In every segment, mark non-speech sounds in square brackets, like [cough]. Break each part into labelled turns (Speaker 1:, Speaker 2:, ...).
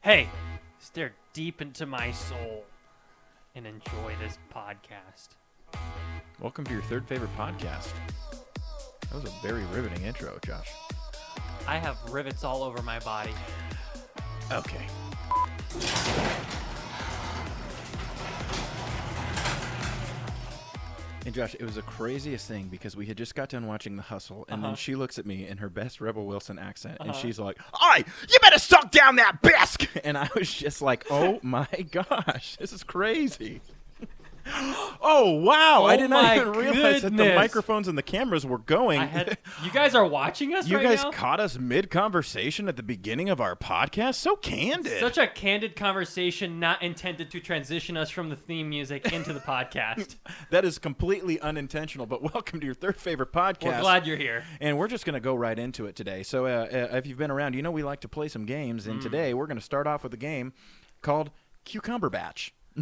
Speaker 1: Hey, stare deep into my soul and enjoy this podcast.
Speaker 2: Welcome to your third favorite podcast. That was a very riveting intro, Josh.
Speaker 1: I have rivets all over my body.
Speaker 2: Okay. And Josh, it was the craziest thing because we had just got done watching The Hustle, and
Speaker 1: Uh-huh.
Speaker 2: then she looks at me in her best Rebel Wilson accent, and she's like, "Oi, you better suck down that bisque!" [laughs] And I was just like,
Speaker 1: [laughs]
Speaker 2: "Oh my gosh, this is crazy." [gasps] oh wow!
Speaker 1: Oh
Speaker 2: I did not
Speaker 1: my
Speaker 2: even realize that the
Speaker 1: goodness.
Speaker 2: microphones and the cameras were going.
Speaker 1: I
Speaker 2: [laughs]
Speaker 1: had you guys are watching us
Speaker 2: You
Speaker 1: right
Speaker 2: guys
Speaker 1: now?
Speaker 2: caught us mid conversation at the beginning of our podcast. So candid.
Speaker 1: Such a candid conversation not intended to transition us from the theme music into the
Speaker 2: [laughs]
Speaker 1: podcast.
Speaker 2: that is completely unintentional, but [laughs] welcome to your third favorite podcast.
Speaker 1: We're glad you're here.
Speaker 2: and we're just going to go right into it today. So, uh, uh, if you've been around, you know we like to play some games.
Speaker 1: Mm.
Speaker 2: And today we're going to start off with a game called Cucumber Batch. [laughs]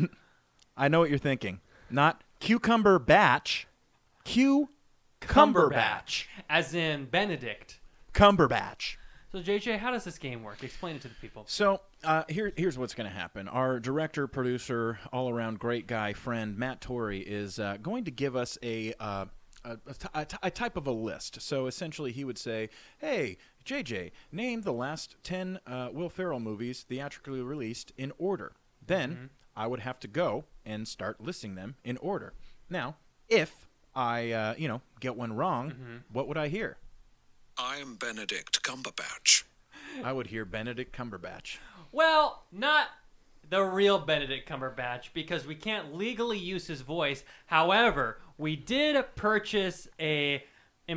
Speaker 2: I know what you're thinking. Not Cucumber Batch, Cucumber Batch.
Speaker 1: As in Benedict.
Speaker 2: Cumberbatch.
Speaker 1: So JJ, how does this game work? Explain it to the people.
Speaker 2: So uh, here, here's what's going to happen. Our director, producer, all-around great guy friend Matt Torrey is uh, going to give us a, uh, a, a t- a t- a type of a list. So essentially, he would say, "Hey, JJ, name the last ten uh, Will Ferrell movies theatrically released in order." Then I would have to go and start listing them in order. Now, if I, uh, you know, get one wrong, what would I hear?
Speaker 3: I'm Benedict Cumberbatch.
Speaker 2: I would hear Benedict Cumberbatch.
Speaker 1: Well, not the real Benedict Cumberbatch because we can't legally use his voice. However, we did purchase a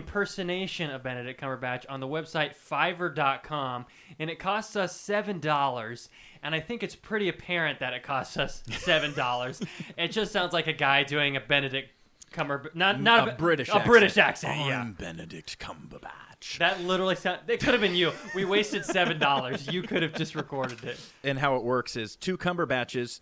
Speaker 1: impersonation of Benedict Cumberbatch on the website fiverr.com and it costs us $7 and I think it's pretty apparent that it costs
Speaker 2: [laughs]
Speaker 1: us $7. it just sounds like a guy doing a Benedict Cumberbatch not not
Speaker 2: a British
Speaker 1: a
Speaker 2: accent.
Speaker 1: British accent.
Speaker 2: I'm
Speaker 1: Yeah.
Speaker 2: Benedict Cumberbatch.
Speaker 1: That literally sound it could have been you. We wasted $7. you could have just recorded it.
Speaker 2: and how it works is two Cumberbatches,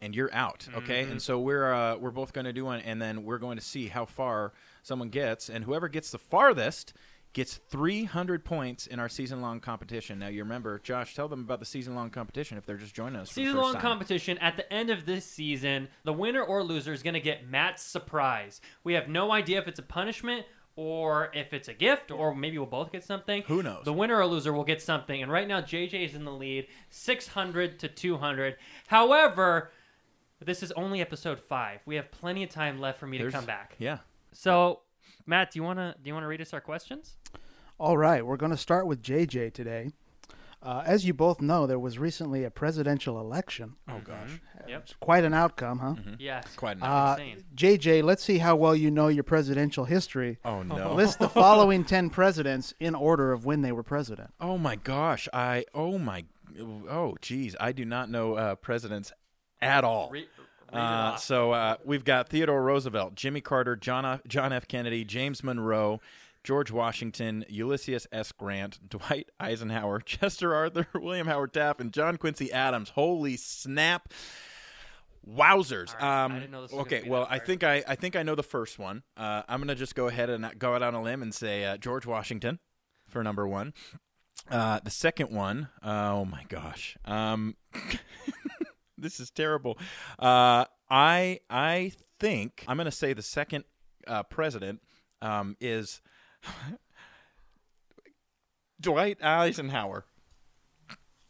Speaker 2: and you're out. Okay,
Speaker 1: Mm-hmm.
Speaker 2: and so we're uh, we're both going to do one, and then we're going to see how far someone gets, and whoever gets the farthest gets 300 points in our season-long competition. Now you remember, Josh, tell them about the season-long competition if they're just joining us. for the
Speaker 1: season
Speaker 2: first
Speaker 1: long
Speaker 2: time.
Speaker 1: competition at the end of this season the winner or loser is going to get matt's surprise we have no idea if it's a punishment or if it's a gift or maybe we'll both get something
Speaker 2: Who knows?
Speaker 1: the winner or loser will get something and right now jj is in the lead 600 to 200 however this is only episode five we have plenty of time left for me
Speaker 2: There's-
Speaker 1: to come back
Speaker 2: Yeah.
Speaker 1: so matt do you want to do you want to read us our questions
Speaker 4: All right, we're going to start with JJ today. Uh, as you both know, there was recently a presidential election.
Speaker 2: Oh gosh,
Speaker 1: yep
Speaker 4: It's quite an outcome, huh?
Speaker 2: Mm-hmm.
Speaker 1: yes
Speaker 2: quite enough.
Speaker 4: Uh,
Speaker 1: Insane.
Speaker 4: JJ, let's see how well you know your presidential history.
Speaker 2: oh no.
Speaker 4: List the following 10 presidents in order of when they were president.
Speaker 2: Oh my gosh, I oh my oh geez, I do not know uh, presidents at all.
Speaker 1: Re- read it
Speaker 2: Uh,
Speaker 1: off.
Speaker 2: so uh, we've got Theodore Roosevelt, Jimmy Carter, John F. John F. Kennedy, James Monroe, George Washington, Ulysses S. Grant, [laughs] Dwight Eisenhower, Chester Arthur, [laughs] William Howard Taft, and John Quincy Adams. Holy snap! Wowzers!
Speaker 1: All right, I
Speaker 2: Um,
Speaker 1: didn't know this was gonna
Speaker 2: okay,
Speaker 1: be
Speaker 2: well,
Speaker 1: that
Speaker 2: I
Speaker 1: hard.
Speaker 2: think I, I think I know the first one. Uh, I'm gonna just go ahead and go out on a limb and say uh, George Washington for number one. Uh, the second one, oh my gosh, um, [laughs] this is terrible. Uh, I I think I'm gonna say the second uh, president um, is [laughs] Dwight Eisenhower.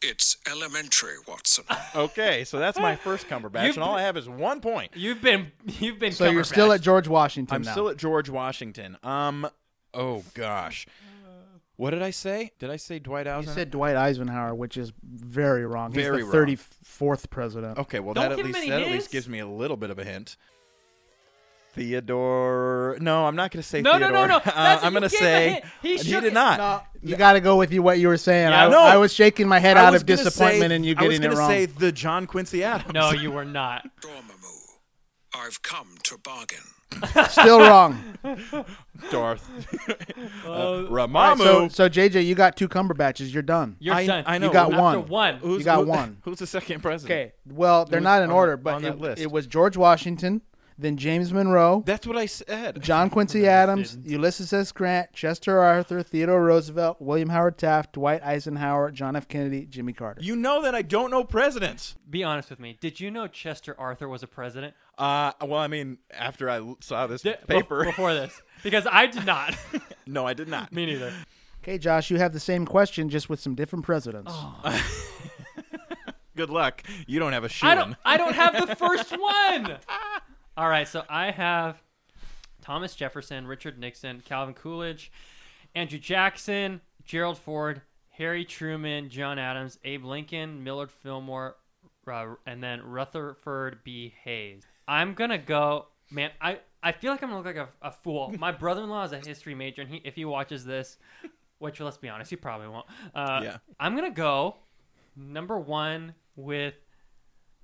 Speaker 3: It's elementary, Watson.
Speaker 2: Okay, so that's
Speaker 1: [laughs]
Speaker 2: my first Cumberbatch,
Speaker 1: You've-
Speaker 2: and all I have is one point.
Speaker 1: you've been you've been
Speaker 4: So you're still
Speaker 1: Cumberbatch.
Speaker 4: at George Washington
Speaker 2: I'm
Speaker 4: now.
Speaker 2: still at George Washington. Um, oh gosh, what did I say? Did I say Dwight
Speaker 4: you
Speaker 2: Eisenhower?
Speaker 4: said Dwight Eisenhower, which is very wrong. Oh. He's
Speaker 2: Very
Speaker 4: the
Speaker 2: wrong.
Speaker 4: 34th president.
Speaker 2: okay, well
Speaker 1: Don't
Speaker 2: that at
Speaker 1: give him
Speaker 2: least
Speaker 1: any
Speaker 2: that at least
Speaker 1: hints.
Speaker 2: gives me a little bit of a hint. Theodore. No, I'm not going to say
Speaker 1: No, no,
Speaker 2: Theodore.
Speaker 1: no, no.
Speaker 2: [laughs] Uh,
Speaker 1: That's-
Speaker 2: I'm
Speaker 1: you
Speaker 2: going to
Speaker 1: gave a
Speaker 2: say
Speaker 1: hint. He shook
Speaker 2: did
Speaker 1: it.
Speaker 2: not.
Speaker 4: No, Uh, you got to go with you what you were saying. I,
Speaker 2: No.
Speaker 4: I was shaking my head
Speaker 2: I
Speaker 4: out
Speaker 2: was
Speaker 4: of
Speaker 2: gonna say-
Speaker 4: disappointment and you
Speaker 2: I was
Speaker 4: getting it
Speaker 2: gonna
Speaker 4: wrong. [laughs]
Speaker 2: say the John Quincy Adams. [laughs]
Speaker 1: no you were not
Speaker 3: Dormammu, I've come to bargain.
Speaker 4: Still wrong.
Speaker 2: [laughs]
Speaker 1: [laughs]
Speaker 2: Darth. uh,
Speaker 4: All right,
Speaker 2: Ramamu.
Speaker 4: so, so JJ, you got two Cumberbatches. You're done.
Speaker 1: You're
Speaker 2: I-
Speaker 1: done.
Speaker 2: I know.
Speaker 4: You got
Speaker 1: After
Speaker 4: one.
Speaker 1: one.
Speaker 2: [laughs] Who's-
Speaker 4: got
Speaker 2: who-
Speaker 4: one.
Speaker 2: Who's the second president?
Speaker 4: Okay. Well, they're
Speaker 2: Who's
Speaker 4: not in
Speaker 2: on
Speaker 4: order,
Speaker 2: that-
Speaker 4: but
Speaker 2: on
Speaker 4: it,
Speaker 2: that list?
Speaker 4: it was George Washington, then James Monroe,
Speaker 2: That's what I said.
Speaker 4: John Quincy Adams, Ulysses S. Grant, Chester Arthur, Theodore Roosevelt, William Howard Taft, Dwight Eisenhower, John F. Kennedy, Jimmy Carter.
Speaker 2: You know that I don't know presidents.
Speaker 1: Be honest with me. Did you know Chester Arthur was a president?
Speaker 2: Uh, well, I mean, after I l- saw this
Speaker 1: Di- be-
Speaker 2: paper,
Speaker 1: before
Speaker 4: [laughs]
Speaker 1: this, because I did not.
Speaker 2: [laughs] no, I did not.
Speaker 1: me neither.
Speaker 4: Okay, Josh, you have the same question, just with some different presidents.
Speaker 2: Oh. Good luck. You don't have a shoe.
Speaker 1: I don't. I don't have the
Speaker 4: [laughs]
Speaker 1: first one. All right, so I have Thomas Jefferson, Richard Nixon, Calvin Coolidge, Andrew Jackson, Gerald Ford, Harry Truman, John Adams, Abe Lincoln, Millard Fillmore, uh, and then Rutherford B. Hayes. I'm gonna go, man. I. I feel like I'm gonna look like a, a fool. My brother-in-law is a history major, and he, if he watches this, which let's be honest, he probably won't. Uh,
Speaker 2: Yeah.
Speaker 1: I'm gonna go number one with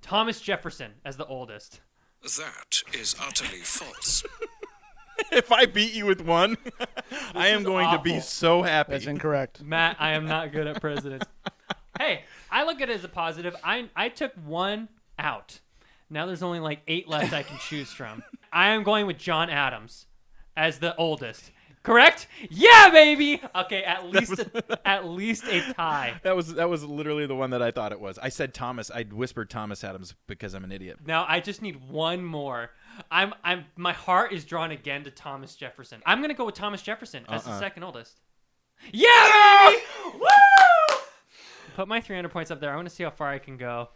Speaker 1: Thomas Jefferson as the oldest.
Speaker 3: That is utterly false.
Speaker 2: [laughs] If I beat you with one, [laughs] I am
Speaker 1: is
Speaker 2: going to be
Speaker 1: awful.
Speaker 2: so happy.
Speaker 4: That's incorrect.
Speaker 1: Matt, I am not good at presidents. hey, I look at it as a positive. I I took one out. Now there's only like eight left I can choose from. I am going with John Adams as the oldest. Correct? Yeah, baby. Okay, at least a, at least a tie.
Speaker 2: [laughs] that was that was literally the one that I thought it was. I said Thomas. I whispered Thomas Adams because I'm an idiot.
Speaker 1: Now I just need one more. I'm I'm my heart is drawn again to Thomas Jefferson. I'm gonna go with Thomas Jefferson as the second oldest. Yeah, baby! Woo! Put my 300 points up there. I want to see how far I can go.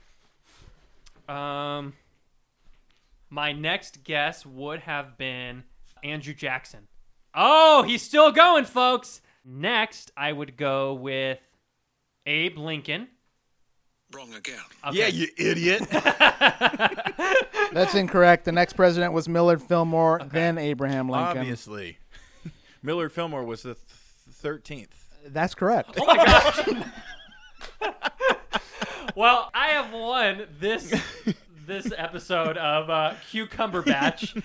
Speaker 1: Um, my next guess would have been Andrew Jackson. Oh, he's still going, folks. Next, I would go with Abe Lincoln.
Speaker 3: Wrong again.
Speaker 1: Okay.
Speaker 2: Yeah, you
Speaker 1: [laughs]
Speaker 2: idiot.
Speaker 4: That's incorrect. The next president was Millard Fillmore, then Abraham
Speaker 2: [laughs]
Speaker 4: Lincoln.
Speaker 2: Obviously, Millard Fillmore was the thirteenth.
Speaker 4: That's correct.
Speaker 2: Oh
Speaker 1: Well, I have won
Speaker 2: [laughs]
Speaker 1: this this episode of uh, Cucumber
Speaker 2: [laughs]
Speaker 1: Batch,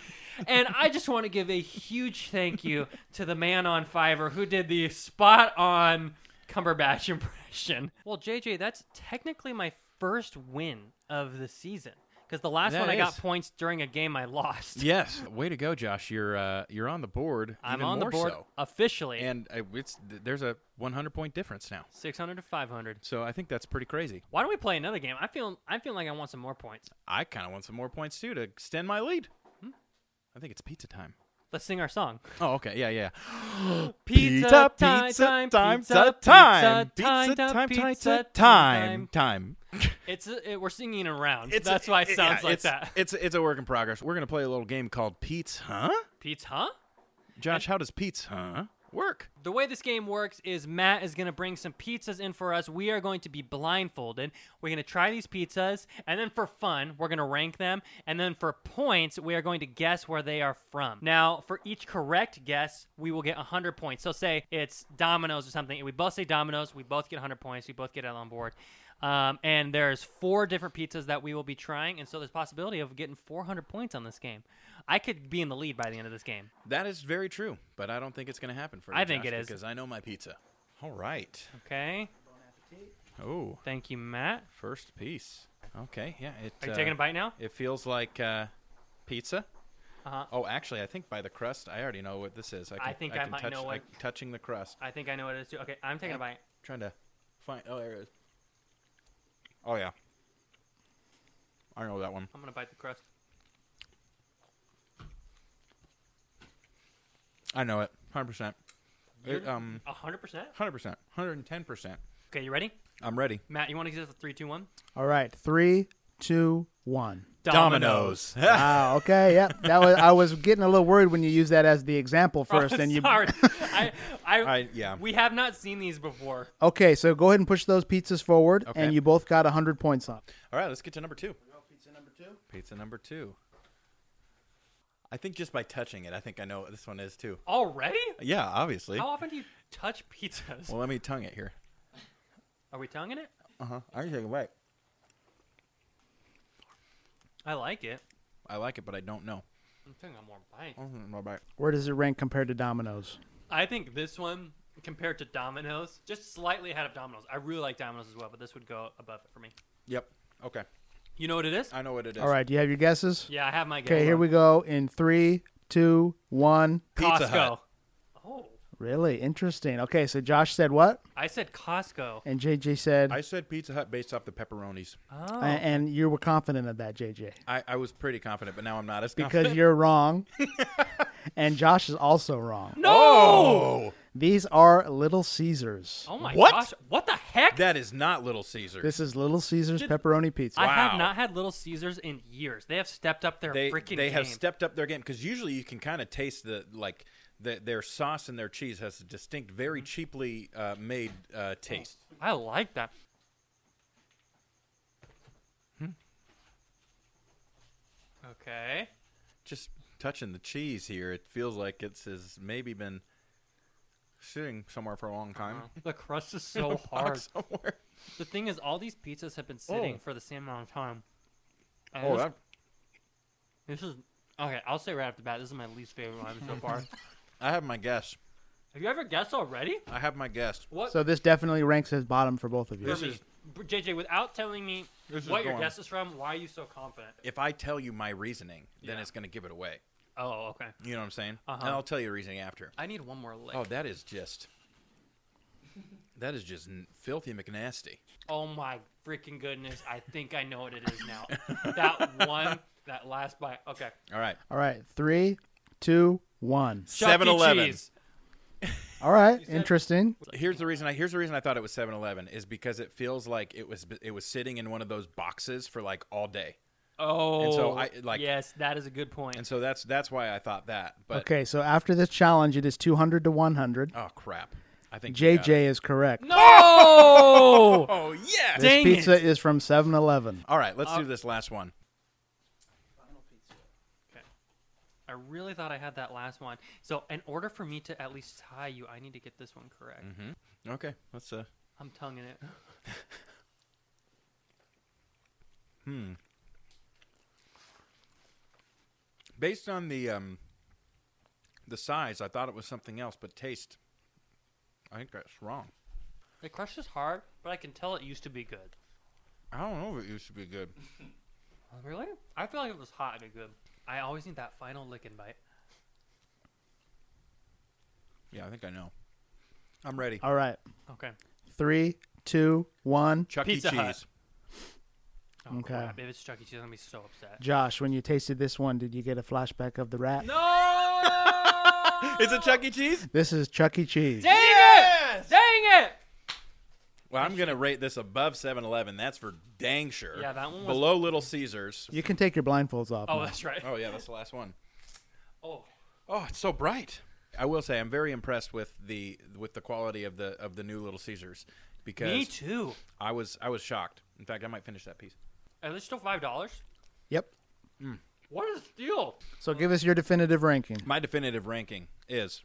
Speaker 1: and I just want to give a huge thank you to the man on Fiverr who did the spot on Cumberbatch impression. Well, JJ, that's technically my first win of the season because the last
Speaker 2: That
Speaker 1: one I got
Speaker 2: is.
Speaker 1: points during a game I lost.
Speaker 2: Yes, way to go, Josh. You're uh, you're on the board.
Speaker 1: I'm
Speaker 2: even
Speaker 1: on the
Speaker 2: more
Speaker 1: board
Speaker 2: so.
Speaker 1: officially.
Speaker 2: and I, it's there's a 100 point difference now.
Speaker 1: 600 to 500.
Speaker 2: So I think that's pretty crazy.
Speaker 1: Why don't we play another game? I feel I feel like I want some more points.
Speaker 2: I kind of want some more points too to extend my lead. Hmm? I think it's pizza time.
Speaker 1: Let's sing our song.
Speaker 2: Oh, okay. Yeah, yeah.
Speaker 1: Pizza time, time, pizza time,
Speaker 2: pizza
Speaker 1: pizza
Speaker 2: time,
Speaker 1: time,
Speaker 2: pizza
Speaker 1: pizza
Speaker 2: time,
Speaker 1: time.
Speaker 2: time.
Speaker 1: [laughs] It's it, we're singing around.
Speaker 2: It's-
Speaker 1: That's why it
Speaker 2: yeah,
Speaker 1: sounds like
Speaker 2: it's-
Speaker 1: that.
Speaker 2: It's it's a work in progress. We're gonna play a little game called Pete's, huh?
Speaker 1: Pizza, huh?
Speaker 2: Josh, how does Pete's, huh? Work.
Speaker 1: The way this game works is Matt is going to bring some pizzas in for us. We are going to be blindfolded. We're going to try these pizzas, and then for fun, we're going to rank them. And then for points, we are going to guess where they are from. Now, for each correct guess, we will get 100 points. So, say it's Domino's or something, and we both say Domino's, we both get 100 points, we both get it on board. Um, and there's four different pizzas that we will be trying, and so there's possibility of getting 400 points on this game. I could be in the lead by the end of this game.
Speaker 2: That is very true, but I don't think it's gonna happen for you.
Speaker 1: I think
Speaker 2: Josh,
Speaker 1: it is.
Speaker 2: because I know my pizza. All right.
Speaker 1: Okay,
Speaker 2: Oh,
Speaker 1: thank you, Matt.
Speaker 2: first piece. Okay, yeah. It,
Speaker 1: Are you
Speaker 2: uh,
Speaker 1: taking a bite now?
Speaker 2: It feels like uh, pizza.
Speaker 1: Uh-huh.
Speaker 2: Oh, actually, I think by the crust, I already know what this is. I, can,
Speaker 1: think
Speaker 2: I,
Speaker 1: I
Speaker 2: can
Speaker 1: might
Speaker 2: touch,
Speaker 1: know what-
Speaker 2: I- touching the crust.
Speaker 1: I think I know what it is too. Okay, I'm taking a bite.
Speaker 2: trying to find. Oh, there it is. Oh yeah. I know that one.
Speaker 1: I'm gonna bite the crust.
Speaker 2: I know it. Hundred percent. It, um,
Speaker 1: hundred percent.
Speaker 2: hundred percent. Hundred and ten percent.
Speaker 1: Okay, you ready,
Speaker 2: I'm ready.
Speaker 1: Matt? You want to give us a three, two, one?
Speaker 4: All right, three, two, one.
Speaker 2: Dominoes.
Speaker 4: Wow. Okay. Yep. That was. I was getting a little worried when you used that as the
Speaker 1: [laughs]
Speaker 4: example first, and you.
Speaker 1: Oh, Sorry. I,
Speaker 4: [laughs]
Speaker 1: I,
Speaker 2: [laughs] I- yeah.
Speaker 1: We have not seen these before.
Speaker 4: Okay, so go ahead and push those pizzas forward,
Speaker 2: Okay.
Speaker 4: and you both got hundred points up.
Speaker 2: All right, let's get to number two. Pizza number two. I think just by touching it, I think I know what this one is too.
Speaker 1: Already?
Speaker 2: Yeah, obviously.
Speaker 1: How often do you touch pizzas?
Speaker 2: Well, let me tongue it here.
Speaker 1: Are we tonguing it?
Speaker 2: Uh huh. I can take a bite.
Speaker 1: I like it.
Speaker 2: I like it, but I don't know.
Speaker 1: I'm thinking I'm more bite.
Speaker 2: Mm-hmm,
Speaker 4: Where does it rank compared to Domino's?
Speaker 1: I think this one compared to Domino's, just slightly ahead of Domino's. I really like Domino's as well, but this would go above it for me.
Speaker 2: Yep. Okay.
Speaker 1: You know what it is?
Speaker 2: I know what it is.
Speaker 4: All right. Do you have your guesses?
Speaker 1: Yeah, I have my guess.
Speaker 4: Okay. Here we go. In three, two, one.
Speaker 2: Pizza
Speaker 1: Costco.
Speaker 2: Hut.
Speaker 1: Oh,
Speaker 4: Really interesting. Okay. So Josh said what?
Speaker 1: I said Costco.
Speaker 4: And JJ said.
Speaker 2: I said Pizza Hut based off the pepperonis.
Speaker 1: Oh,
Speaker 4: a- and you were confident of that, JJ,
Speaker 2: I, I was pretty confident, but now I'm not as
Speaker 4: because
Speaker 2: [laughs] confident.
Speaker 4: you're wrong. and Josh is also wrong.
Speaker 1: no!
Speaker 2: Oh,
Speaker 4: These are Little Caesars.
Speaker 1: Oh my
Speaker 2: What?
Speaker 1: gosh! What the heck?
Speaker 2: that is not Little Caesar.
Speaker 4: This is Little Caesars
Speaker 1: Did-
Speaker 4: pepperoni pizza.
Speaker 1: I
Speaker 2: Wow.
Speaker 1: have not had Little Caesars in years. They have stepped up their
Speaker 2: they
Speaker 1: freaking
Speaker 2: they
Speaker 1: game.
Speaker 2: have stepped up their game because usually you can kind of taste the like the, their sauce and their cheese has a distinct, very
Speaker 4: Mm-hmm.
Speaker 2: cheaply uh, made uh, taste.
Speaker 4: Oh.
Speaker 1: I like that. Hmm. Okay.
Speaker 2: Just touching the cheese here, it feels like it's has maybe been sitting somewhere for a long time.
Speaker 1: The crust is
Speaker 2: [laughs]
Speaker 1: so
Speaker 4: Uh-huh.
Speaker 2: Locked
Speaker 1: hard.
Speaker 2: somewhere.
Speaker 1: The thing is, all these pizzas have been sitting
Speaker 2: Oh.
Speaker 1: for the same amount of time. And
Speaker 2: Oh,
Speaker 1: this,
Speaker 2: that,
Speaker 1: this is okay. I'll say right off the bat, this is my least favorite one so
Speaker 2: [laughs]
Speaker 1: far.
Speaker 2: I have my guess.
Speaker 1: Have you ever guessed already?
Speaker 2: I have my guess.
Speaker 1: What?
Speaker 4: So this definitely ranks as bottom for both of you.
Speaker 2: This
Speaker 1: for me?
Speaker 2: is-
Speaker 1: JJ, without telling me
Speaker 2: This is
Speaker 1: what your
Speaker 2: going-
Speaker 1: guess is from, why are you so confident?
Speaker 2: If I tell you my reasoning, then
Speaker 1: Yeah.
Speaker 2: it's going to give it away.
Speaker 1: Oh, okay.
Speaker 2: You know what I'm saying?
Speaker 1: Uh-huh.
Speaker 2: And I'll tell you the reasoning after.
Speaker 1: I need one more lick.
Speaker 2: Oh, that is just that is just n- filthy McNasty.
Speaker 1: Oh my freaking goodness! I think I know what it is now. that one, that last bite. Okay.
Speaker 2: All right,
Speaker 4: All right, three, two, one.
Speaker 1: Chuck E.
Speaker 2: 7-Eleven.
Speaker 1: Cheese.
Speaker 4: All right, interesting.
Speaker 2: Here's the reason. I here's the reason I thought it was 7-Eleven is because it feels like it was it was sitting in one of those boxes for like all day,
Speaker 1: Oh.
Speaker 2: I, like-
Speaker 1: Yes, that is a good point.
Speaker 2: and so that's that's why I thought that. But
Speaker 4: Okay, so after this challenge, it is two hundred to one hundred.
Speaker 2: oh crap, I think we got it.
Speaker 4: JJ is correct.
Speaker 1: no.
Speaker 2: [laughs] Oh yeah.
Speaker 4: This
Speaker 1: Dang
Speaker 4: pizza
Speaker 1: it.
Speaker 4: is from 7-Eleven.
Speaker 2: all right,
Speaker 1: Uh,
Speaker 2: let's do this last one.
Speaker 1: I really thought I had that last one. So, in order for me to at least tie you, I need to get this one correct.
Speaker 2: Mm-hmm. Okay, let's uh.
Speaker 1: I'm tonguing it.
Speaker 2: Based on the um the size, I thought it was something else, but taste, I think that's wrong.
Speaker 1: The crush is hard, but I can tell it used to be good.
Speaker 2: I don't know if it used to be good.
Speaker 1: Oh, Really? I feel like it was hot and good. I always need that final lick and bite.
Speaker 2: Yeah, I think I know. I'm ready.
Speaker 4: All right,
Speaker 1: Okay.
Speaker 4: three, two, one.
Speaker 2: Chuck
Speaker 1: Pizza
Speaker 2: E. Cheese.
Speaker 1: Hut. Oh,
Speaker 4: Okay.
Speaker 1: crap. If it's Chuck E. Cheese, I'm gonna be so upset.
Speaker 4: Josh, when you tasted this one, did you get a flashback of the
Speaker 2: [laughs]
Speaker 4: rat?
Speaker 1: No!
Speaker 2: Is it Chuck E. Cheese?
Speaker 4: This is Chuck E. Cheese.
Speaker 1: Dang it! Dang it!
Speaker 2: Well, I'm going to rate this above 7 Eleven. That's for dang sure.
Speaker 1: Yeah, that one was-
Speaker 2: Below Little Caesars.
Speaker 4: You can take your blindfolds off.
Speaker 1: Oh,
Speaker 4: now.
Speaker 1: that's right.
Speaker 2: Oh, yeah, that's the last one.
Speaker 1: Oh,
Speaker 2: Oh, it's so bright. I will say I'm very impressed with the with the quality of the of the new Little Caesars because
Speaker 1: me too.
Speaker 2: I was I was shocked. In fact, I might finish that piece.
Speaker 1: Are they still five dollars?
Speaker 4: Yep.
Speaker 1: What a steal!
Speaker 4: So give us your definitive ranking.
Speaker 2: My definitive ranking is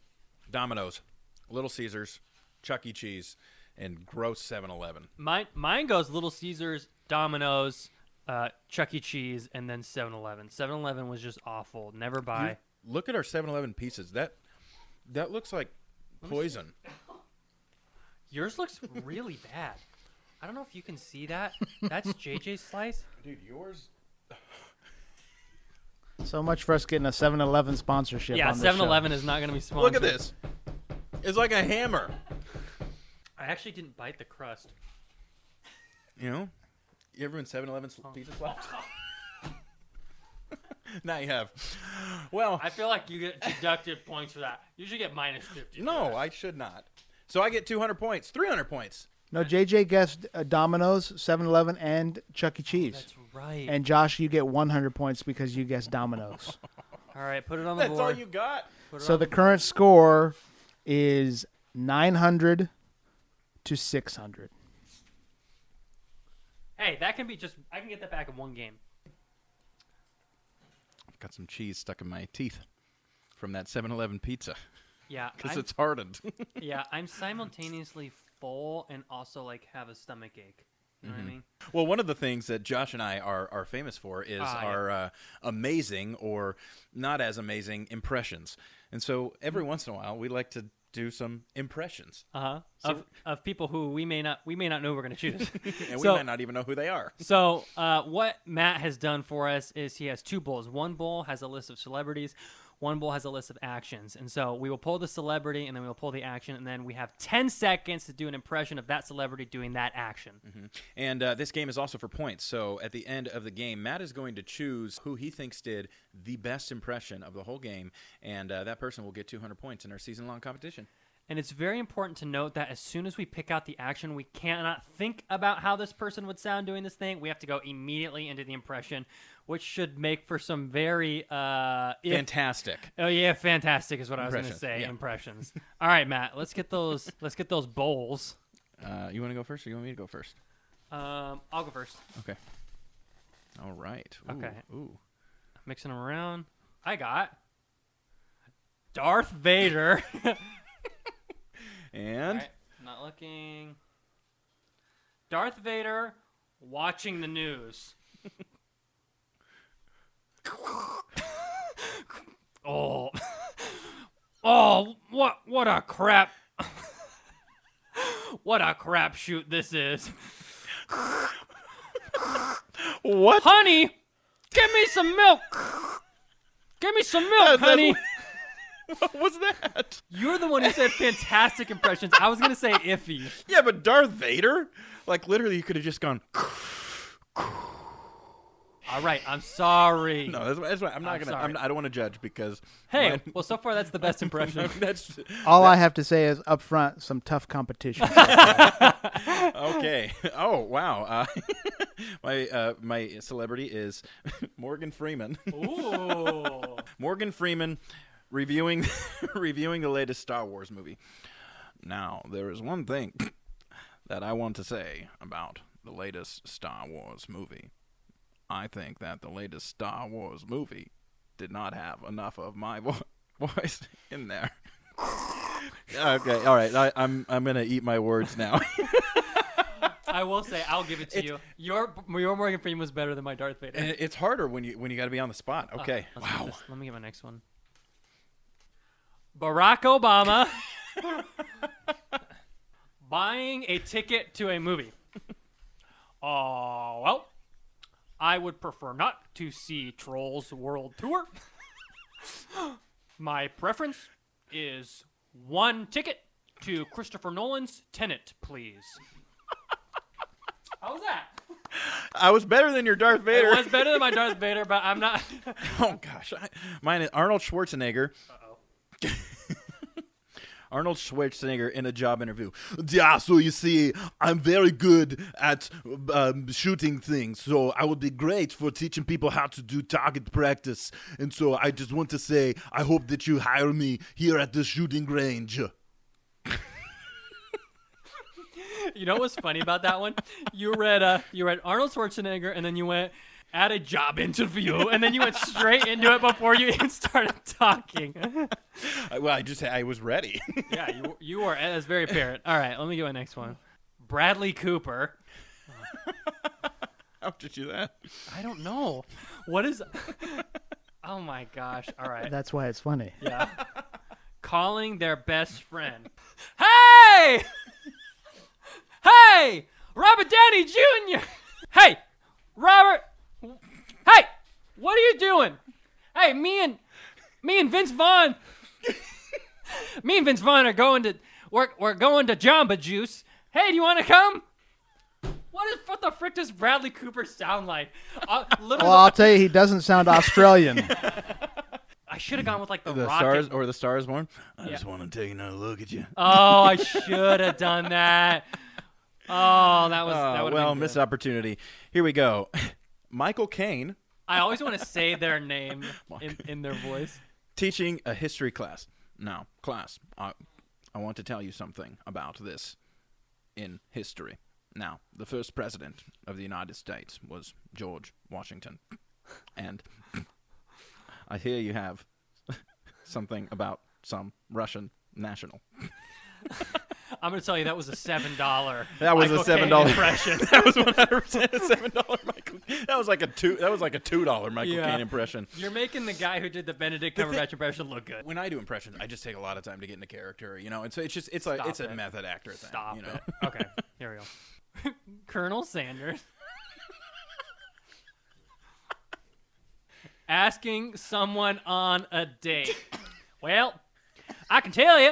Speaker 2: Domino's, Little Caesars, Chuck E. Cheese, and gross 7-Eleven.
Speaker 1: Mine, mine goes Little Caesars, Domino's, uh, Chuck E. Cheese, and then 7-Eleven. 7-Eleven was just awful. Never buy.
Speaker 2: Look at our 7-Eleven pieces. That that looks like poison.
Speaker 1: Yours looks really bad. I don't know if you can see that. That's
Speaker 4: [laughs]
Speaker 1: JJ's slice.
Speaker 2: Dude, yours
Speaker 4: So much for us getting a 7-Eleven sponsorship.
Speaker 1: Yeah,
Speaker 4: on this show.
Speaker 1: 7-Eleven is not going to be sponsored.
Speaker 2: Look at this. It's like a hammer.
Speaker 1: I actually didn't bite the crust.
Speaker 2: You know? You ever been 7 Eleven pizza slapped? [laughs] now you have. Well,
Speaker 1: I feel like you get deducted points for that. You should get minus 50.
Speaker 2: no, I should not. So I get 200 points, 300 points.
Speaker 4: No, JJ guessed uh, Domino's, 7-Eleven, and Chuck E. Cheese.
Speaker 1: That's right.
Speaker 4: And Josh, you get 100 points because you guessed [laughs] Domino's.
Speaker 1: All right, put it on the
Speaker 2: That's all
Speaker 1: board.
Speaker 2: you got.
Speaker 4: so the current score is 900 to 600.
Speaker 1: Hey, that can be just. I can get that back in one game.
Speaker 2: I've got some cheese stuck in my teeth from that 7 Eleven pizza
Speaker 1: Yeah,
Speaker 2: because
Speaker 1: I'm-
Speaker 2: it's [laughs]
Speaker 1: [laughs]
Speaker 2: hardened.
Speaker 1: yeah. I'm simultaneously full and also like have a stomach ache. You know what I mean?
Speaker 2: well, one of the things that Josh and I are, are famous for is
Speaker 1: Ah, yeah.
Speaker 2: our uh, amazing or not as amazing impressions. And so every once in a while, we like to do some impressions,
Speaker 1: Uh-huh. of of people who we may not we may not know we're going to choose.
Speaker 2: and
Speaker 1: So-
Speaker 2: we might not even know who they are.
Speaker 1: So, uh, what Matt has done for us is he has two bowls. One bowl has a list of celebrities, one bowl has a list of actions. And so, we will pull the celebrity and then we will pull the action. And then we have 10 seconds to do an impression of that celebrity doing that action.
Speaker 2: And uh, this game is also for points. So at the end of the game, Matt is going to choose who he thinks did the best impression of the whole game, and uh, that person will get 200 points in our season-long competition.
Speaker 1: And it's very important to note that as soon as we pick out the action, we cannot think about how this person would sound doing this thing. We have to go immediately into the impression, which should make for some very uh, if
Speaker 2: Fantastic.
Speaker 1: Oh yeah, fantastic is what I was going to
Speaker 2: Impressions,
Speaker 1: say.
Speaker 2: yeah.
Speaker 1: Impressions. [laughs] All right, Matt, let's get those. let's get those bowls.
Speaker 2: Uh, you want to go first, or you want me to go first?
Speaker 1: Um, I'll go first.
Speaker 2: Okay. All right. Ooh,
Speaker 1: Okay.
Speaker 2: Ooh.
Speaker 1: Mixing them around. I got Darth Vader. [laughs]
Speaker 2: And
Speaker 1: All right, not looking. Darth Vader watching the news. [laughs] oh, oh, what what a crap! what a crapshoot this is,
Speaker 2: what?
Speaker 1: honey. Give me some milk. Give me some milk,
Speaker 2: that's-
Speaker 1: honey.
Speaker 2: What [laughs] was that?
Speaker 1: You're the one who said fantastic impressions. I was gonna say iffy.
Speaker 2: Yeah, but Darth Vader? Like, literally, you could have just gone. [laughs]
Speaker 1: All right, I'm sorry.
Speaker 2: No, that's, that's why I'm not
Speaker 1: I'm
Speaker 2: gonna.
Speaker 1: sorry.
Speaker 2: I'm, I don't want to judge because.
Speaker 1: Hey,
Speaker 2: mine-
Speaker 1: well, so far that's the best impression.
Speaker 2: [laughs] that's
Speaker 4: All I have to say is up front, some tough [laughs] competition.
Speaker 2: okay. [laughs] Oh wow. Uh, [laughs] my uh, my celebrity is [laughs] Morgan Freeman. [laughs]
Speaker 1: Ooh.
Speaker 2: Morgan Freeman reviewing [laughs] reviewing the latest Star Wars movie. Now, there is one thing [laughs] that I want to say about the latest Star Wars movie. I think that the latest Star Wars movie did not have enough of my [laughs] vo- voice in there. [laughs] okay, all right. I, I'm I'm gonna eat my words now.
Speaker 1: [laughs]
Speaker 2: [laughs]
Speaker 1: I will say, I'll give it to you. Your your Morgan Freeman was better than my Darth Vader.
Speaker 2: And it's harder when you when you got to be on the spot. Okay.
Speaker 1: Let's get
Speaker 2: [laughs] wow.
Speaker 1: this- Let me get my next one. Barack Obama [laughs] buying a ticket to a movie. [laughs] Oh, well, I would prefer not to see Trolls World Tour. My preference is one ticket to Christopher Nolan's Tenet, please. [laughs] How's that?
Speaker 2: I was better than your Darth
Speaker 1: It
Speaker 2: Vader.
Speaker 1: was better than my Darth Vader, but I'm not.
Speaker 5: [laughs]
Speaker 2: Oh gosh, I, mine is Arnold Schwarzenegger.
Speaker 5: [laughs]
Speaker 2: Arnold Schwarzenegger in a job interview.
Speaker 5: Yeah, so you see, I'm very good at um, shooting things, so I would be great for teaching people how to do target practice. And so I just want to say, I hope that you hire me here at the shooting range.
Speaker 1: You know what's funny about that one? You read uh, you read Arnold Schwarzenegger, and then you went at a job interview, and then you went straight into it before you [laughs] even started talking.
Speaker 2: I, well, I just I was ready. [laughs]
Speaker 1: yeah, you you are that's very apparent. All right, let me get my next one. Bradley Cooper.
Speaker 2: How did you do that?
Speaker 1: I don't know what is. Oh my gosh! All right,
Speaker 4: That's why it's funny.
Speaker 1: yeah. Calling their best friend. [laughs] Hey, [laughs] hey, Robert Downey Jr. [laughs] Hey, Robert. Hey, what are you doing? Hey, me and me and Vince Vaughn. [laughs] me and Vince Vaughn are going to we're we're going to Jamba Juice. Hey, do you want to come? What is what the frick does Bradley Cooper sound like? Uh, literally,
Speaker 4: Well, I'll tell you, he doesn't [laughs] sound Australian.
Speaker 1: I should have gone with like the,
Speaker 2: The
Speaker 1: Rocket.
Speaker 2: stars or the stars born?
Speaker 5: I just want to take another look at you.
Speaker 1: Oh, I should have done that. Oh, that was that
Speaker 2: Uh,
Speaker 1: would
Speaker 2: well,
Speaker 1: been
Speaker 2: missed
Speaker 1: good.
Speaker 2: opportunity. Here we go. [laughs] Michael Caine
Speaker 1: I always want to say their [laughs] name in, in their voice.
Speaker 2: teaching a history class. Now, class, I, I want to tell you something about this in history. Now, the first president of the United States was George Washington. And [coughs] I hear you have [laughs] something about some Russian national. [laughs]
Speaker 1: I'm gonna tell you that was a seven dollar.
Speaker 2: That was a $7
Speaker 1: [laughs] impression.
Speaker 2: That was 100% a $7 Michael. that was like a two. That was like a two dollar Michael
Speaker 1: Yeah.
Speaker 2: Caine impression.
Speaker 1: You're making the guy who did the Benedict
Speaker 2: thi-
Speaker 1: Cumberbatch impression look good.
Speaker 2: When I do impressions, I just take a lot of time to get into character. You know, and so it's just it's like
Speaker 1: Stop
Speaker 2: it's a
Speaker 1: it.
Speaker 2: method actor thing.
Speaker 1: Stop
Speaker 2: you know?
Speaker 1: it. [laughs] Okay, here we go. [laughs] Colonel Sanders [laughs] asking someone on a [coughs] date. Well, I can tell you,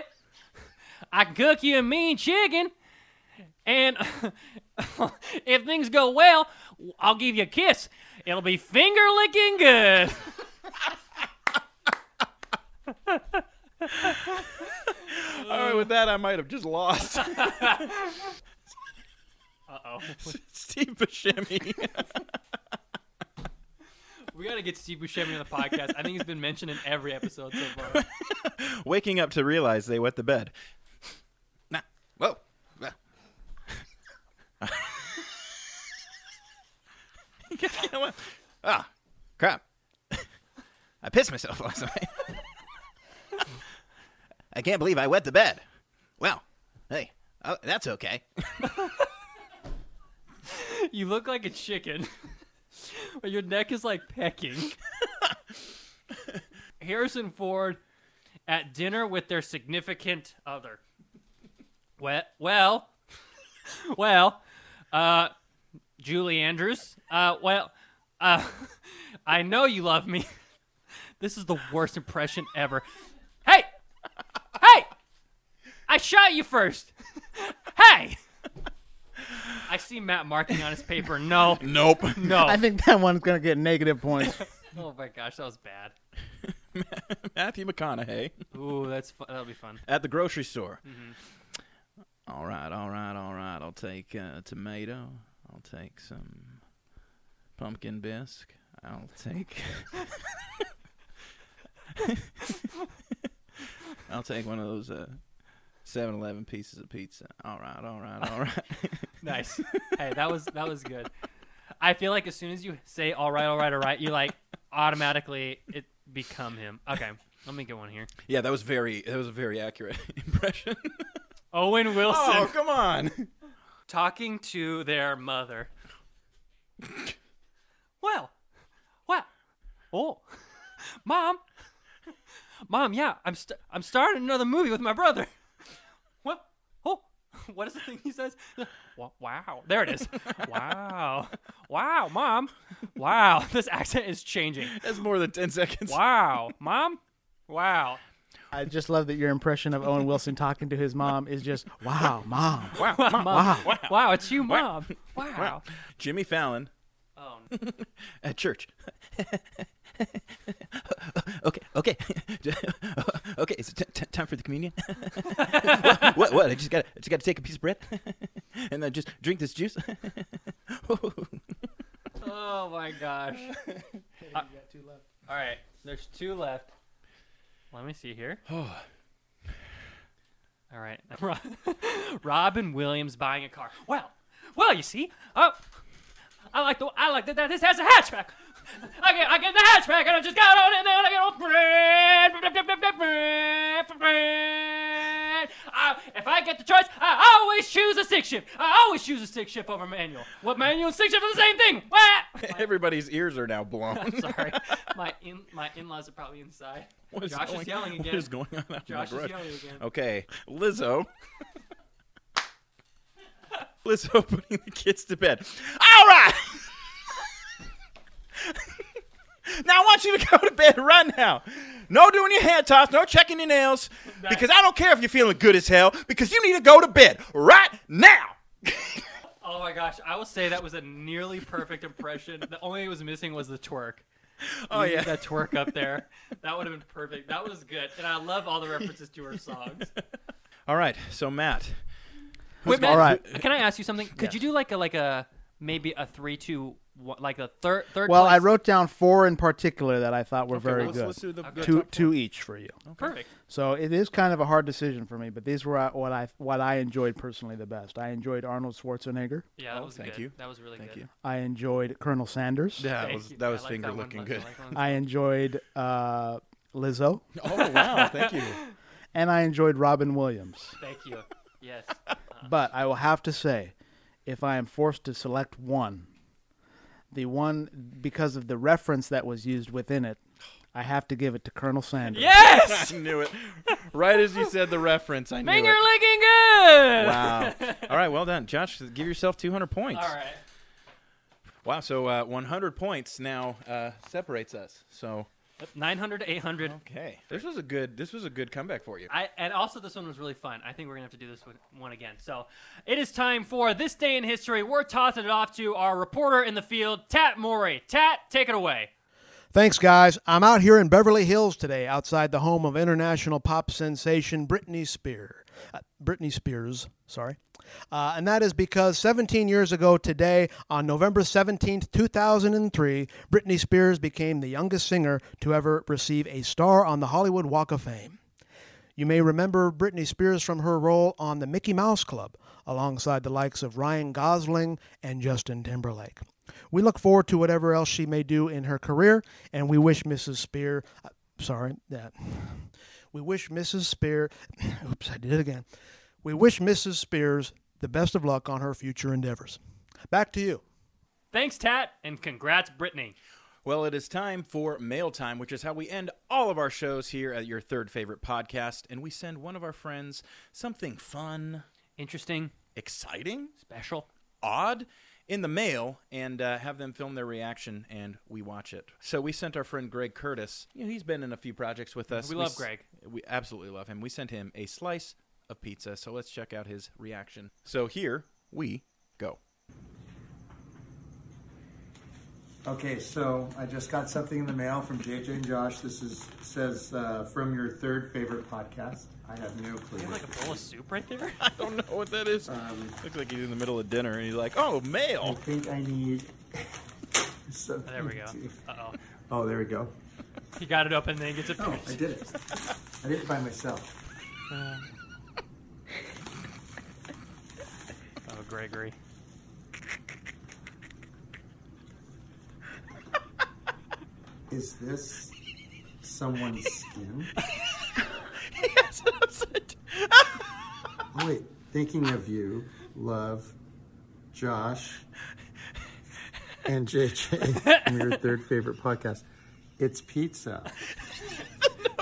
Speaker 1: I can cook you a mean chicken, and [laughs] if things go well, I'll give you a kiss. It'll be finger licking good.
Speaker 2: [laughs] All right, with that, I might have
Speaker 1: [laughs]
Speaker 2: just lost. Uh
Speaker 1: Uh-oh.
Speaker 2: [laughs] Steve Buscemi.
Speaker 1: [laughs] We gotta get Steve Buscemi on the podcast. I think he's been mentioned in every episode so far.
Speaker 2: Waking up to realize they wet the bed. Nah. Whoa. [laughs] Nah. You know what? ah, crap. I pissed myself [laughs] last night. I can't believe I wet the bed. Wow. Hey, oh, that's okay.
Speaker 1: You look like a chicken, [laughs] but your neck is like pecking. Harrison Ford at dinner with their significant other. Well, well, [laughs] well, uh, Julie Andrews. Uh, well, uh, [laughs] I know you love me. [laughs] This is the worst impression ever. Hey, hey, I shot you first. Hey. I see Matt marking on his paper. No,
Speaker 2: Nope. [laughs]
Speaker 1: no.
Speaker 4: I think that one's gonna get negative points.
Speaker 1: Oh my gosh, that was bad.
Speaker 2: Matthew McConaughey.
Speaker 1: Ooh, that's fu- that'll be fun.
Speaker 2: at the grocery store. All right, all right, all right. I'll take uh, tomato. I'll take some pumpkin bisque. I'll take. [laughs] I'll take one of those uh, 7-Eleven pieces of pizza. All right, all right, all right.
Speaker 1: [laughs] Nice. hey, that was that was good. I feel like as soon as you say all right, all right, all right, you like automatically it become him. Okay, let me get one here.
Speaker 2: [laughs] yeah, that was very that was a very accurate [laughs] impression.
Speaker 1: Owen Wilson
Speaker 2: oh, come on.
Speaker 1: talking to their mother. [laughs] well, well, oh, [laughs] mom, [laughs] mom, yeah, I'm st- I'm starting another movie with my brother. [laughs] What? Oh, [laughs] what is the thing he says? [laughs] Wa- Wow, there [laughs] it is. Wow, wow, mom, wow, [laughs] this accent is changing.
Speaker 2: That's more than 10 seconds.
Speaker 1: Wow, mom, wow.
Speaker 4: I just love that your impression of Owen Wilson talking to his mom is just wow, mom.
Speaker 2: Wow,
Speaker 1: Mom, [laughs] wow, wow, it's you, mom. Wow.
Speaker 2: Jimmy Fallon
Speaker 1: Oh,
Speaker 2: [laughs] at church. [laughs] okay, okay, [laughs] okay. It's t- t- time for the communion. [laughs] what, what? What? I just got. I just got to take a piece of bread, [laughs] and then just drink this juice. [laughs]
Speaker 1: Oh my gosh. All right, there's two left. Let me see [sighs] here. All right. [laughs] Ro- Robin Williams buying a car. Well, well, you see, oh, I like the I like that that this has a hatchback. I get I get the hatchback and I just got on it and then I get all bread. I, if I get the choice, I always choose a stick shift. I always choose a stick shift over manual. What manual and stick shift are the same thing. What? [laughs]
Speaker 2: Everybody's ears are now blown. [laughs]
Speaker 1: Sorry, my in my in laws are probably inside.
Speaker 2: What is
Speaker 1: Josh
Speaker 2: going,
Speaker 1: is yelling again.
Speaker 2: What is going on? Oh. out in
Speaker 1: Josh
Speaker 2: the
Speaker 1: is
Speaker 2: garage?
Speaker 1: yelling again.
Speaker 2: Okay, Lizzo. [laughs] Lizzo putting the kids to bed. All right. [laughs] now I want you to go to bed right now. No doing your hand toss, no checking your nails, because I don't care if you're feeling good as hell. Because you need to go to bed right now.
Speaker 1: Oh my gosh, I will say that was a nearly perfect impression. the only thing was missing was the twerk.
Speaker 2: Oh
Speaker 1: You need
Speaker 2: yeah.
Speaker 1: that twerk up there. That would have been perfect. That was good, and I love all the references to her songs.
Speaker 2: All right. So Matt,
Speaker 1: Wait,
Speaker 4: All right.
Speaker 1: Can I ask you something? Could you do like a like a maybe a three two one, like a third third?
Speaker 4: Well, I
Speaker 1: place?
Speaker 4: wrote down four in particular that I thought were very
Speaker 2: let's,
Speaker 4: good.
Speaker 2: let's do the, the
Speaker 4: two
Speaker 2: top
Speaker 4: two each for you.
Speaker 1: perfect.
Speaker 4: So it is kind of a hard decision for me, but these were uh, what I what I enjoyed personally the best. I enjoyed Arnold Schwarzenegger.
Speaker 1: Yeah, that
Speaker 2: Oh,
Speaker 1: was
Speaker 2: thank
Speaker 1: good.
Speaker 2: you.
Speaker 1: That was really
Speaker 2: Thank
Speaker 1: good.
Speaker 2: you.
Speaker 4: I enjoyed Colonel Sanders.
Speaker 2: Yeah, that
Speaker 1: Thank
Speaker 2: was
Speaker 1: you.
Speaker 2: that
Speaker 1: I
Speaker 2: was
Speaker 1: like
Speaker 2: finger
Speaker 1: one,
Speaker 2: looking
Speaker 1: I
Speaker 2: good.
Speaker 1: like that one.
Speaker 4: I enjoyed uh, Lizzo,
Speaker 2: Oh wow! Thank you.
Speaker 4: and I enjoyed Robin Williams.
Speaker 1: Thank
Speaker 2: [laughs]
Speaker 1: you. Yes.
Speaker 4: But I will have to say, if I am forced to select one, the one because of the reference that was used within it. I have to give it to Colonel Sanders.
Speaker 1: Yes!
Speaker 2: I [laughs] knew it. Right as you said the reference, I knew
Speaker 1: Finger
Speaker 2: it.
Speaker 1: licking good! [laughs]
Speaker 2: Wow. All right, well done, Josh. Give yourself 200 points.
Speaker 1: All right.
Speaker 2: Wow. So uh, 100 points now uh, separates us. So
Speaker 1: 900 to 800.
Speaker 2: okay, this was a good. This was a good comeback for you.
Speaker 1: I, and also, this one was really fun. I think we're going to have to do this one, one again. So, it is time for This Day in History. We're tossing it off to our reporter in the field, Tat Morey. Tat, take it away.
Speaker 6: Thanks, guys. I'm out here in Beverly Hills today, outside the home of international pop sensation Britney Spears. Uh, Britney Spears, sorry. Uh, and that is because 17 years ago today, on November 17th, 2003, Britney Spears became the youngest singer to ever receive a star on the Hollywood Walk of Fame. You may remember Britney Spears from her role on the Mickey Mouse Club, alongside the likes of Ryan Gosling and Justin Timberlake. We look forward to whatever else she may do in her career, and we wish Mrs. Spear, uh, sorry, that we wish Mrs. Spear, [coughs] oops, I did it again. We wish Mrs. Spears the best of luck on her future endeavors. Back to you.
Speaker 1: Thanks, Tat, and congrats, Brittany.
Speaker 2: Well, it is time for mail time, which is how we end all of our shows here at your third favorite podcast, and we send one of our friends something fun,
Speaker 1: Interesting,
Speaker 2: exciting,
Speaker 1: special.
Speaker 2: odd in the mail and uh, have them film their reaction and we watch it. So we sent our friend Greg Curtis. You know, he's been in a few projects with us.
Speaker 1: We love
Speaker 2: s-
Speaker 1: Greg.
Speaker 2: We absolutely love him. We sent him a slice of pizza. So let's check out his reaction. So here we go.
Speaker 7: Okay, so I just got something in the mail from JJ and Josh. This is says uh, from your third favorite podcast. I have no clue.
Speaker 1: Like a bowl of soup right
Speaker 7: [laughs]
Speaker 1: there? Oh,
Speaker 2: I don't know what that is. Looks like he's in the middle of dinner and he's like, "Oh,
Speaker 7: I
Speaker 2: mail."
Speaker 7: think I need something.
Speaker 1: There we go.
Speaker 7: to-
Speaker 1: Uh oh.
Speaker 7: Oh, there we go.
Speaker 1: He got it open, then he gets it
Speaker 7: Oh, I
Speaker 1: pierced.
Speaker 7: did it. I did it by myself.
Speaker 1: Oh, Gregory.
Speaker 7: Is this someone's skin? Oh, wait. Thinking of you, love, Josh, and JJ from your third favorite podcast. It's pizza.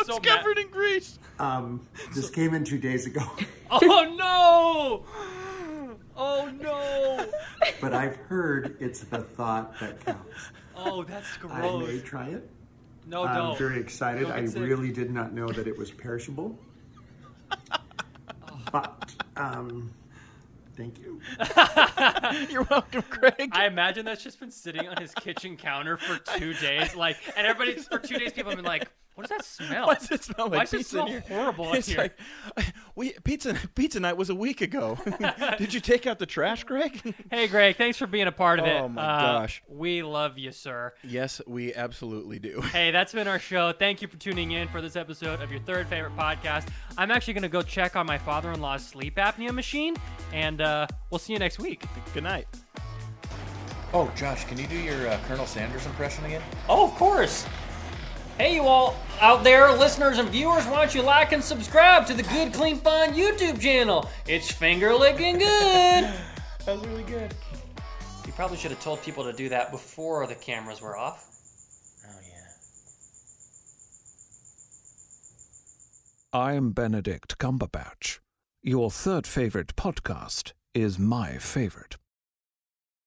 Speaker 1: So mad-
Speaker 2: in grease.
Speaker 7: Um, this came in two days ago, [laughs] [gasps]
Speaker 1: Oh no! Oh
Speaker 7: [laughs]
Speaker 1: no!
Speaker 7: but I've heard it's the thought that
Speaker 1: [laughs]
Speaker 7: counts.
Speaker 1: Oh, that's
Speaker 7: I may
Speaker 1: gross.
Speaker 7: try it.
Speaker 1: No,
Speaker 7: I'm
Speaker 1: Oh, don't.
Speaker 7: very excited.
Speaker 1: Don't
Speaker 7: I
Speaker 1: get sick.
Speaker 7: really did not know that it
Speaker 1: [laughs]
Speaker 7: was perishable. but um, thank you.
Speaker 2: You're welcome, Greg.
Speaker 1: I imagine that's just been sitting on his kitchen counter for two days, like, and everybody for two days people have been like, "What does that smell?
Speaker 2: [laughs] Why does it smell
Speaker 1: Why
Speaker 2: like
Speaker 1: does it
Speaker 2: pizza
Speaker 1: smell
Speaker 2: in here?
Speaker 1: horrible in
Speaker 2: It's
Speaker 1: here?"
Speaker 2: like, [laughs] we pizza pizza night was a week ago. [laughs] Did you take out the
Speaker 1: [laughs]
Speaker 2: trash, Greg?
Speaker 1: Hey, Greg, thanks for being a part of it.
Speaker 2: Oh, my
Speaker 1: Uh,
Speaker 2: gosh.
Speaker 1: we love you, sir.
Speaker 2: yes, we absolutely do.
Speaker 1: Hey, that's been our show. Thank you for tuning in for this episode of your third favorite podcast. I'm actually going to go check on my father-in-law's sleep apnea machine, and uh, we'll see you next week.
Speaker 2: Good night. Oh, Josh, can you do your uh, Colonel Sanders impression again?
Speaker 1: Oh, of course. Hey, you all out there, listeners and viewers, why don't you like and subscribe to the Good Clean Fun YouTube channel? It's finger licking good.
Speaker 2: [laughs] That was really good.
Speaker 1: you probably should have told people to do that before the cameras were off.
Speaker 8: I'm Benedict Cumberbatch. Your third favorite podcast is my favorite.